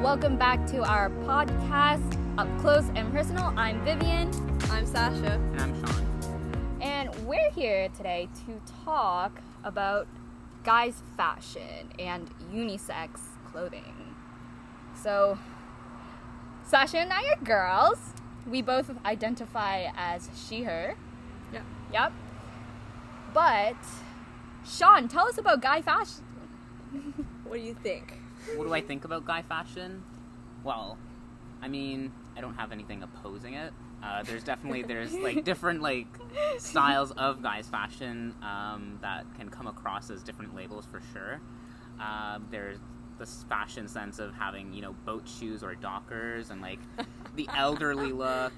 Welcome back to our podcast, Up Close and Personal. I'm Vivian, I'm Sasha. And I'm Sean. and we're here today to talk about guys' fashion and unisex clothing. So, Sasha and I are girls. We both identify as she, her. Yeah. Yep. But, Sean, tell us about guy fashion. What do you think? What do I think about guy fashion? Well, I mean, I don't have anything opposing it. Uh, there's definitely there's like different like styles of guys fashion um, that can come across as different labels for sure. Um, there's this fashion sense of having you know boat shoes or dockers and like the elderly look.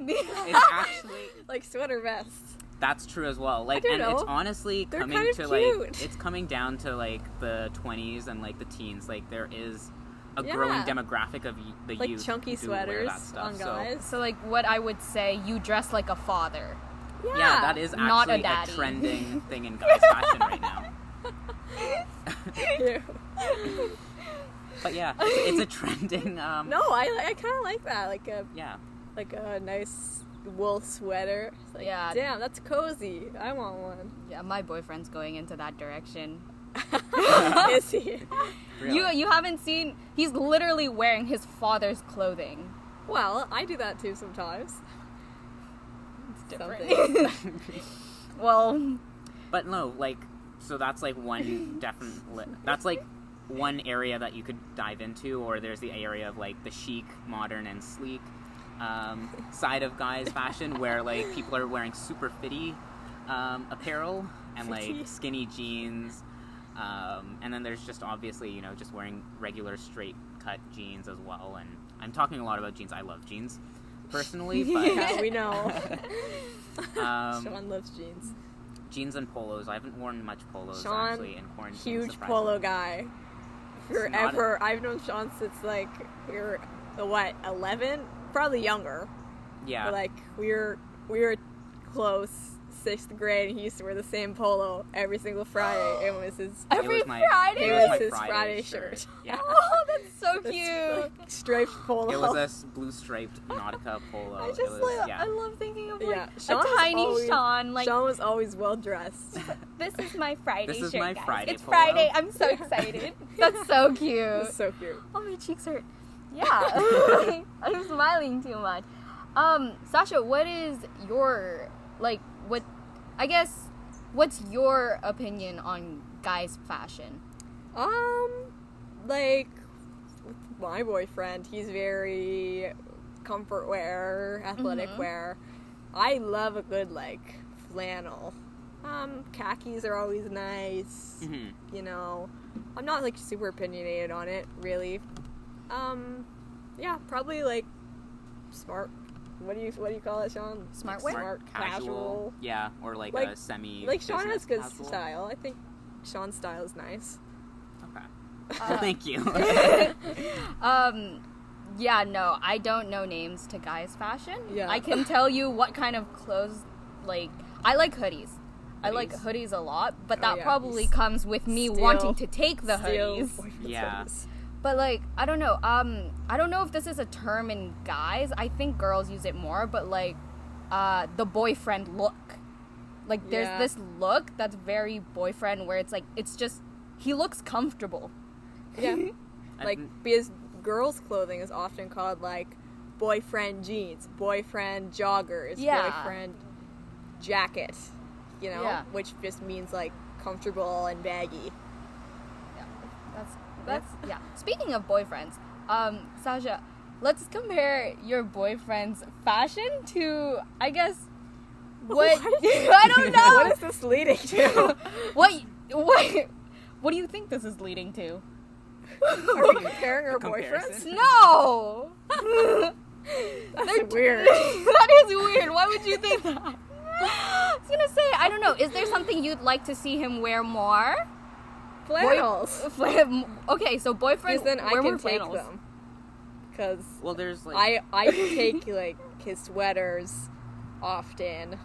It's actually Like sweater vests. That's true as well. Like, don't and it's know. honestly They're coming kind of to cute. like it's coming down to like the twenties and like the teens. Like there is a Yeah. growing demographic of y- the Like youth chunky who do wear sweaters that stuff. on So, guys. So, like, what I would say, you dress like a father. yeah. that is actually Not a daddy. trending thing in guys fashion right now. Ew. But yeah, it's, it's a trending. Um, No, I li- I kind of like that. Like a Yeah, like a nice wool sweater. It's like, Yeah. Damn, that's cozy. I want one. Yeah, my boyfriend's going into that direction. Is he? really. You you haven't seen? He's literally wearing his father's clothing. Well, I do that too sometimes. It's Something. well, But no, like, so that's like one definitely. That's like one area that you could dive into, or there's the area of like the chic, modern, and sleek um, side of guys' fashion, where like people are wearing super fitty um, apparel and Fitty. like skinny jeans. Um, and then there's just obviously, you know, just wearing regular straight cut jeans as well. And I'm talking a lot about jeans. I love jeans personally, but yeah, we know. um, Sean loves jeans. jeans and polos. I haven't worn much polos Sean, actually in quarantine. Huge surprisingly. polo guy. It's not a- Forever. i I've known Sean since like we were uh, what eleven, probably younger. Yeah, But, like we were we were close sixth grade and he used to wear the same polo every single friday it was his It every was my- Friday. it It was my was his Friday shirt. shirt. Yeah, Oh, that's so this, cute. like, striped polo it was a s- blue striped Nautica polo. I just Oh, it was, love, yeah. I love thinking of like yeah a Sean was tiny always- Sean. Like Sean was always well dressed this is my Friday. This is shirt, my guys. Friday It's polo. Friday. I'm so excited. that's so cute. so cute Oh, my cheeks hurt. Yeah, I'm smiling too much. Um, Sasha, what is your like? What I guess? What's your opinion on guys' fashion? Um, like with my boyfriend, he's very comfort wear, athletic Mhm. wear. I love a good like flannel. Um, khakis are always nice. Mm-hmm. Mhm. You know, I'm not like super opinionated on it really. Um, yeah, probably like smart. What do you what do you call it, Sean? Smart Like, wear? smart casual. Yeah, or like, Like- a semi. Like Sean business has good casual. style. I think Sean's style is nice. Okay. Uh, Thank you. um, yeah, no, I don't know names to guys' fashion. Yeah. I can tell you what kind of clothes. Like, I like hoodies. I like hoodies a lot, but Oh, that yeah. probably comes with me Steal- wanting to take the Steal hoodies. boyfriend's Yeah. hoodies. But like, I don't know. Um, I don't know if this is a term in guys. I think girls use it more, but like, uh, the boyfriend look. Like, there's Yeah. this look that's very boyfriend, where it's like it's just he looks comfortable. Yeah. I like think- because girls' clothing is often called like boyfriend jeans, boyfriend joggers, Yeah. boyfriend jacket, you know, Yeah. which just means like comfortable and baggy. That's that's yeah. Speaking of boyfriends, um, Sasha, let's compare your boyfriend's fashion to I guess what, I don't know what is this leading to? what what what do you think this is leading to? Are we comparing our A comparison? boyfriends? No. That's weird. that is weird. Why would you think that? I was gonna say, I don't know. Is there something you'd like to see him wear more? Flannels. Flan- okay, so boyfriend. Because then I wear can more take flannels. them. Because well, there's like I I take like his sweaters often.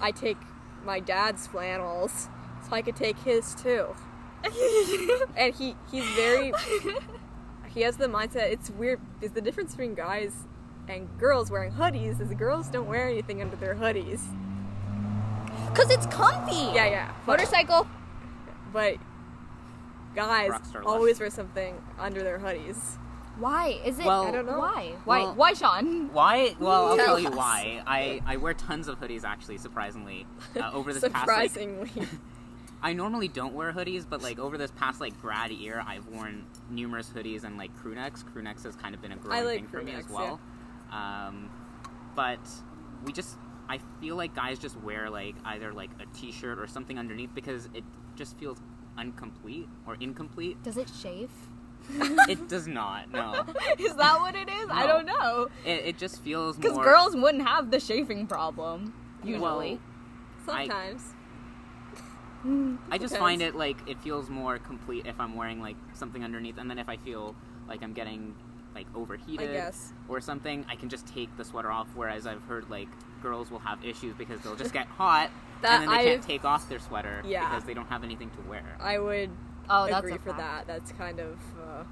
I take my dad's flannels, so I could take his too. And he he's very he has the mindset. It's weird because the difference between guys and girls wearing hoodies is girls don't wear anything under their hoodies. Cause it's comfy. Yeah, yeah. Motorcycle. But guys Rockstar life. always wear something under their hoodies. Why is it? Well- I don't know. Why? Why? Well- why, Sean? Why? Well, I'll Tell tell you us. why. I, I wear tons of hoodies actually, surprisingly. Uh, over this past like, Surprisingly, I normally don't wear hoodies, but like over this past like grad year, I've worn numerous hoodies and like crew necks. Crew necks has kind of been a growing like thing for me as crewnecks, well. Um, but we just I feel like guys just wear like either like a t-shirt or something underneath because it just feels incomplete or incomplete. Does it shave? it does not. No, is that what it is? I No. don't know. it, it just feels Because more. girls wouldn't have the shaving problem well, usually. sometimes. I just Depends. find it like it feels more complete if I'm wearing like something underneath, and then if I feel like I'm getting like overheated guess. or something, I can just take the sweater off. Whereas I've heard like girls will have issues because they'll just get hot and That then they can't I've- take off their sweater Yeah. because they don't have anything to wear. I would oh, that's agree a for fact. that. That's kind of uh,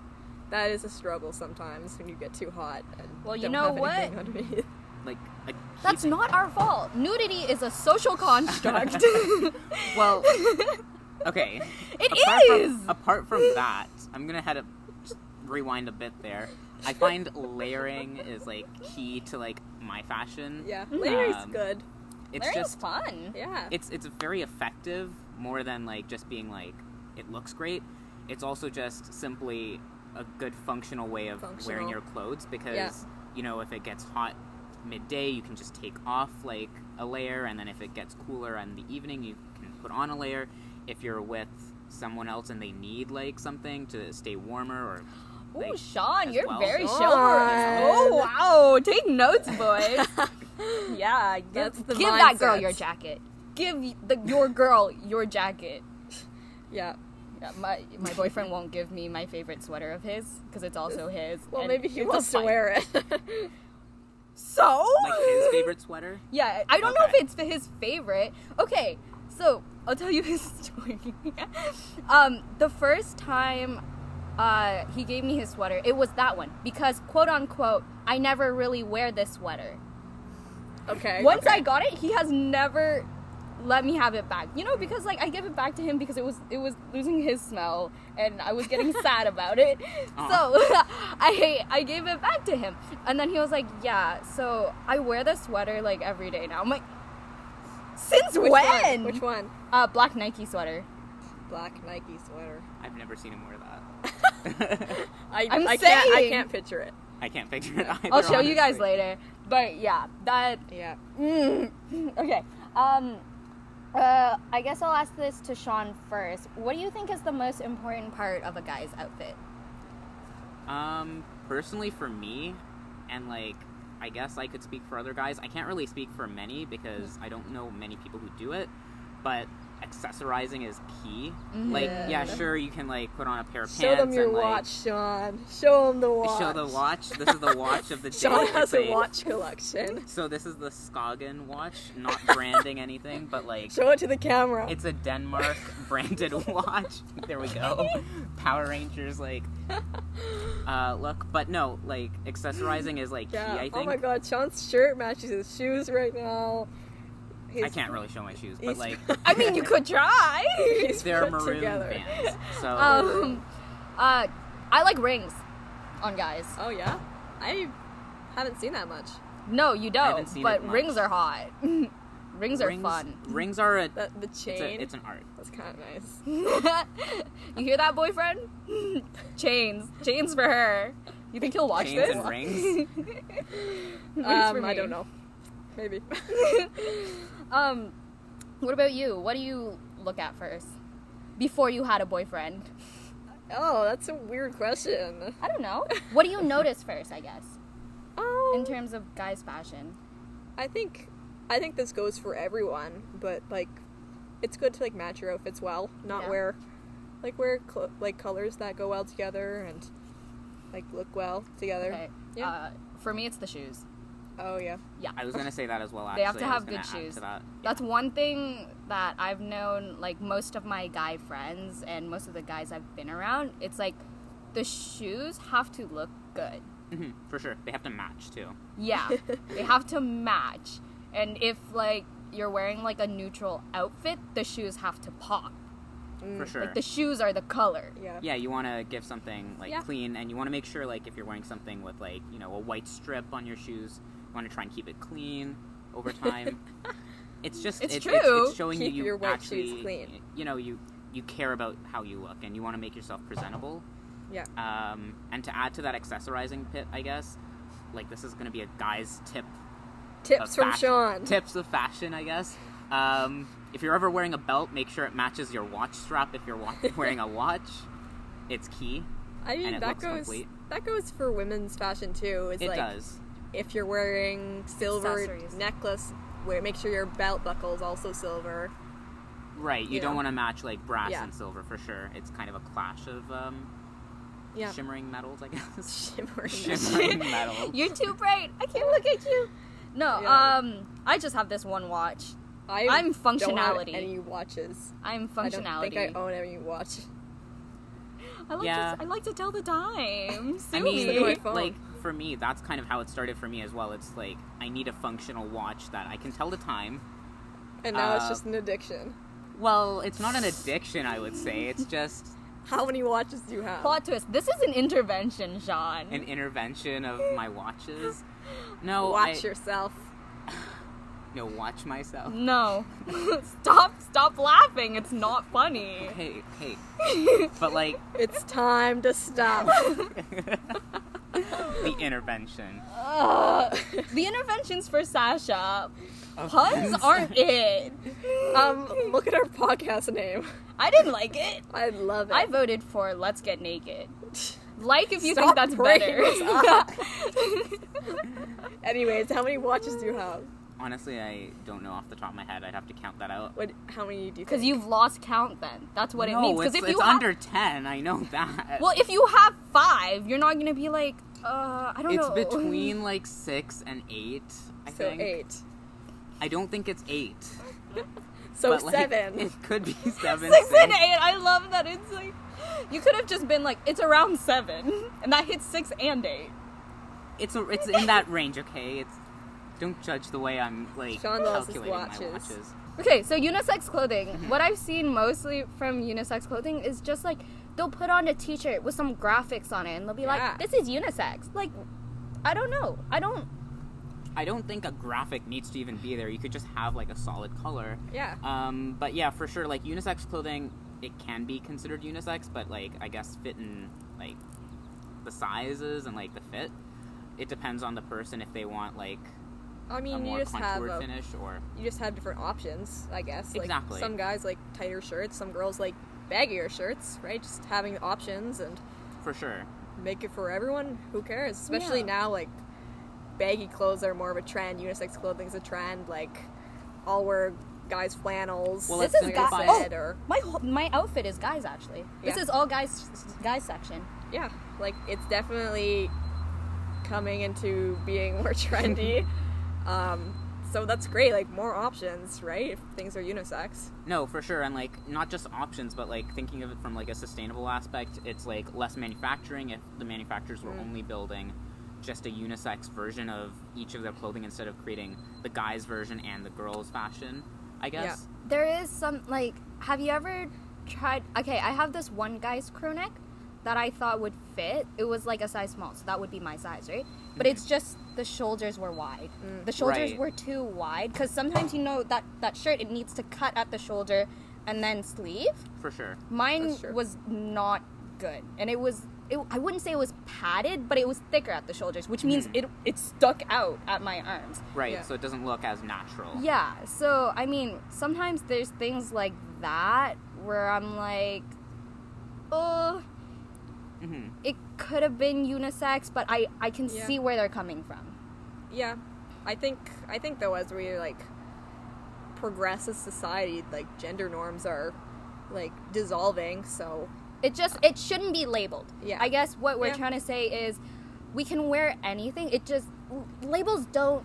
that is a struggle sometimes when you get too hot and Well, you don't know have anything underneath. Like a That's heat- not our fault. Nudity is a social construct. well. Okay, It apart is! From, apart from that, I'm gonna head up, just rewind a bit there. I find layering is like key to like my fashion. Yeah, layering's Um, good. It's Learning's just fun. Yeah, it's it's very effective more than like just being like it looks great. It's also just simply a good functional way of Functional. wearing your clothes because Yeah. you know if it gets hot midday you can just take off like a layer and then if it gets cooler in the evening you can put on a layer. If you're with someone else and they need like something to stay warmer or Ooh, like, Sean, as you're well. very chivalrous. Sean. Oh wow, take notes, boys. yeah, give, That's the give that girl mindset. your jacket. Give the your girl your jacket. yeah. Yeah, my my boyfriend won't give me my favorite sweater of his because it's also his. Well, and maybe he it's a wants to fight. wear it. So like his favorite sweater. Yeah, I don't know Okay. if it's his favorite. Okay, so I'll tell you his story. um, the first time uh, he gave me his sweater, it was that one because quote unquote, I never really wear this sweater. okay. Once I got it, he has never let me have it back. You know, because like I give it back to him because it was it was losing his smell and I was getting sad about it. Uh-huh. So I I gave it back to him. And then he was like, Yeah, so I wear the sweater like every day now. I'm like Since Which when? One? Which one? Uh black Nike sweater. Black Nike sweater. I've never seen him wear that. I, I'm I can't. I saying. can't picture it. I can't picture it. Either, I'll show you guys honestly. later. But yeah, that Yeah. Mm. Okay. Um, uh, I guess I'll ask this to Sean first. What do you think is the most important part of a guy's outfit? Um, personally, for me, and like, I guess I could speak for other guys. I can't really speak for many because I don't know many people who do it, but accessorizing is key. Like, Yeah. yeah, sure, you can like put on a pair of Show pants them your and like watch, Sean. Show them the watch. show the watch. This is the watch of the day. Sean has It's a watch collection. So this is the Skagen watch, not branding anything, but like Show it to the camera. It's a Denmark branded watch. There we go. Power Rangers like uh look, but no, like accessorizing is like yeah. key, I think. Oh my God, Sean's shirt matches his shoes right now. I He's- can't really show my shoes, but he's- like I mean, you could try. He's they're put maroon together. bands. So um, uh, I like rings on guys. Oh yeah. I haven't seen that much. No, you I don't. haven't seen but it much. rings are hot. rings are fun. Rings are a That the it's, chain. a it's an art. that's kind of nice. you hear that, boyfriend? Chains, chains for her. You think he'll watch Chains this? and rings. Rings for Um, I me. don't know. Maybe. um, what about you? What do you look at first before you had a boyfriend? oh, that's a weird question. I don't know. What do you notice first? I guess Oh. in terms of guys' fashion. I think I think this goes for everyone, but like it's good to like match your outfits well, not Yeah. wear like wear cl- like colors that go well together and like look well together. Okay. Yeah. Uh, for me, it's the shoes. oh yeah. Yeah. I was gonna say that as well. Actually, They have to I was have gonna good add shoes. To that. That's one thing that I've known, like most of my guy friends and most of the guys I've been around. It's like the shoes have to look good. hmm for sure. They have to match too. Yeah, they have to match. And if like you're wearing like a neutral outfit, the shoes have to pop. For Mm, sure. Like the shoes are the color. Yeah. yeah, you want to give something like Yeah. clean, and you want to make sure like if you're wearing something with like you know a white strip on your shoes, you want to try and keep it clean over time. it's just It's it- true. It's, showing Keep you you your white actually shoes clean. you know you you care about how you look, and you want to make yourself presentable. Yeah. Um, and to add to that accessorizing pit, I guess, like this is going to be a guy's tip Tips of from Uh, fashion- Sean. Tips of fashion, I guess. Um, if you're ever wearing a belt, make sure it matches your watch strap. If you're wa- wearing a watch, it's key. I mean and it that looks goes complete. that goes for women's fashion too. Is it like does. if you're wearing silver Accessories. necklace, wear, make sure your belt buckle is also silver. Right. You you don't know. want to match like brass Yeah. and silver for sure. It's kind of a clash of um, Yeah. shimmering metals, I guess. Shimmering. shimmering metals. You're too bright. I can't look at you. No, Yeah. um, I just have this one watch. I I'm Don't have functionality. any watches. I'm I functionality. don't think I own any watch. I like Yeah. to, I like to tell the time. Sue I mean, me. Look at my phone. like for me, that's kind of how it started for me as well. It's like I need a functional watch that I can tell the time. And now it's Uh, just an addiction. Well, it's not an addiction, I would say. It's just How many watches do you have? Plot twist. This is an intervention, Sean. an intervention of my watches. No, Oh, Watch I, yourself. no, watch myself. no. stop stop laughing. It's not funny. Hey, hey, but like It's time to stop. the intervention. Um, Ugh. the interventions for Sasha. of Puns things- aren't it. um, look at our podcast name. I didn't like it. I love it. I voted for Let's Get Naked. Like if you Stop think that's bringing better. Anyways, how many watches do you have? Honestly, I don't know off the top of my head. I'd have to count that out. What? How many do you? Because think? you've lost count then. That's what no, it means. it's, Because if it's you have, under ten. I know that. well, if you have five, you're not gonna be like, uh, I don't it's know. between like six and eight. I so think. eight. I don't think it's eight. So but, like, seven. It could be seven. six and eight. I love that it's like you could have just been like it's around seven, and that hits six and eight. It's a, it's in that range. Okay. It's don't judge the way I'm like Sean loves his calculating my watches. watches. Okay, so unisex clothing. Mm-hmm. What I've seen mostly from unisex clothing is just like they'll put on a t-shirt with some graphics on it, and they'll be Yeah. like, "This is unisex." Like, I don't know. I don't. I don't think a graphic needs to even be there. You could just have like a solid color. Yeah. Um, but yeah, for sure, like unisex clothing, it can be considered unisex, but like I guess fit and like the sizes and like the fit, it depends on the person if they want like I a mean, you more just have contoured a, finish or you just have different options, I guess. Like, Exactly. Some guys like tighter shirts. Some girls like baggier shirts. Right. Just having options and for sure. make it for everyone. Who cares? Especially Yeah. now, like baggy clothes are more of a trend. Unisex clothing's a trend. Like all wear guys flannels. Well, This let's is like guys. I simplify Oh, said, or my whole- my outfit is guys actually. This Yeah. is all guys guys section. yeah, like it's definitely coming into being more trendy. um, so that's great. Like more options, right? If things are unisex. No, for sure, and like not just options, but like thinking of it from like a sustainable aspect, it's like less manufacturing if the manufacturers Mm. were only building just a unisex version of each of their clothing instead of creating the guys version and the girls fashion, I guess. There is some like have you ever tried okay, I have this one guy's crew neck that I thought would fit. It was like a size small, so that would be my size, right? But it's just the shoulders were wide. Mm, The shoulders Right. were too wide cuz sometimes you know that that shirt it needs to cut at the shoulder and then sleeve. For sure. Mine That's true. was not good. And it was it, I wouldn't say it was padded, but it was thicker at the shoulders, which means Mm. it it stuck out at my arms. Right, Yeah. so it doesn't look as natural. Yeah, so I mean, sometimes there's things like that where I'm like, oh, hmm it could have been unisex, but I I can Yeah. see where they're coming from. Yeah, I think I think though as we like progress as society, like gender norms are like dissolving. So It just it shouldn't be labeled. Yeah. I guess what we're Yeah. trying to say is, we can wear anything. It just labels don't.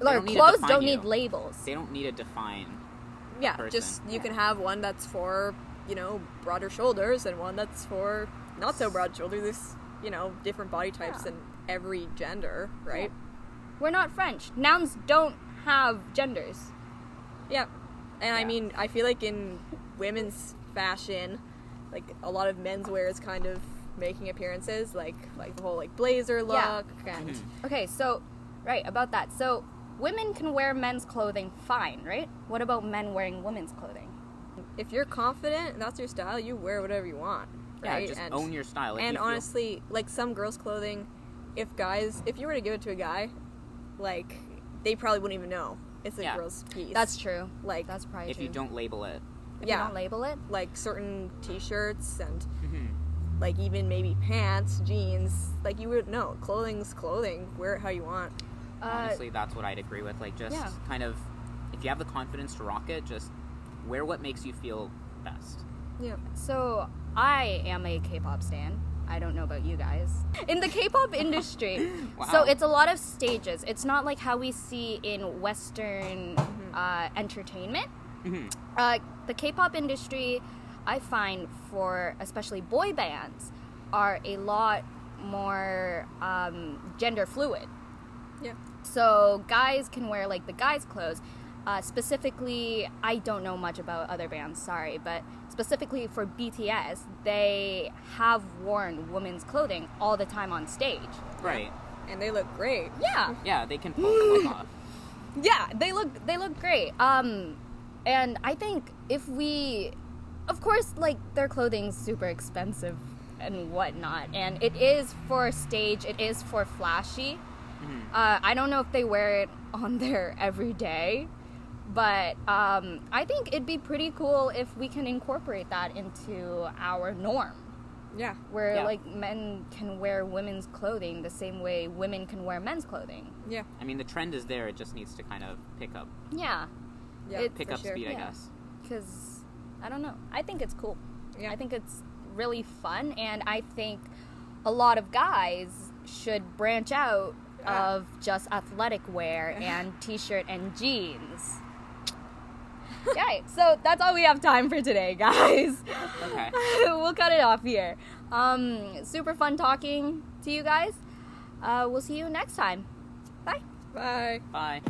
They Or don't need to clothes define don't you. need labels. They don't need to define. yeah, Person. just you can have one that's for you know broader shoulders and one that's for not so broad shouldered. There's you know different body types Yeah. in every gender, right? We're not French. Nouns don't have genders. Yeah. And I Yeah. mean, I feel like in women's fashion, like a lot of menswear is kind of making appearances, like like the whole like blazer look Yeah. and Okay, so, right, about that. So, women can wear men's clothing fine, right? What about men wearing women's clothing? if you're confident and that's your style, you wear whatever you want, Yeah, right? just and own your style. If and you feel- honestly, like some girls' clothing, if guys, if you were to give it to a guy, like they probably wouldn't even know it's a Yeah. girl's piece. That's true. like That's probably if true. you don't label it. If yeah, you don't label it, like certain t-shirts and Mm-hmm. like even maybe pants, jeans. Like you would know, clothing's clothing. Wear it how you want. uh, Honestly, that's what I'd agree with. Like, just yeah. kind of, if you have the confidence to rock it, just wear what makes you feel best. Yeah. So I am a K-pop stan. I don't know about you guys. In the K-pop industry, so Wow. it's a lot of stages. It's not like how we see in Western uh, entertainment. Mhm. Uh, the K-pop industry, I find for especially boy bands, are a lot more um, gender fluid. Yeah. So guys can wear like the guys' clothes. Uh, specifically, I don't know much about other bands, sorry, but specifically for BTS, they have worn women's clothing all the time on stage. Right. And they look great. Yeah, Yeah, they can pull the look off. yeah, they look they look great. Um, and I think if we, of course, like their clothing's super expensive and whatnot, and it is for stage, it is for flashy. Uh, I don't know if they wear it on there every day, but um, I think it'd be pretty cool if we can incorporate that into our norm, Yeah. where Yeah. like men can wear women's clothing the same way women can wear men's clothing. Yeah. I mean, the trend is there. It just needs to kind of pick up, Yeah, Yeah. It- pick for up sure. speed, I Yeah. guess. because I don't know. I think it's cool. Yeah. I think it's really fun, and I think a lot of guys should branch out Ah. of just athletic wear and t-shirt and jeans. Okay, so that's all we have time for today, guys. Okay. we'll cut it off here. Um, super fun talking to you guys. Uh, we'll see you next time. Bye. Bye. Bye.